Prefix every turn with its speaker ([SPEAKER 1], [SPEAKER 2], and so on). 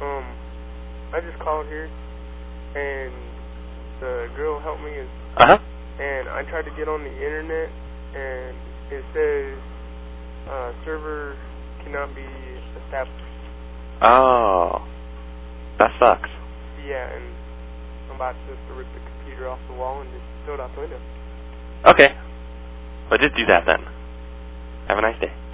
[SPEAKER 1] Um, I just called here, and the girl helped me, and,
[SPEAKER 2] Uh huh.
[SPEAKER 1] and I tried to get on the internet, and it says uh, server cannot be established.
[SPEAKER 2] Oh, that sucks.
[SPEAKER 1] Yeah, and I'm about to just rip the computer off the wall and just throw it out the window.
[SPEAKER 2] Okay. Well, just do that then. Have a nice day.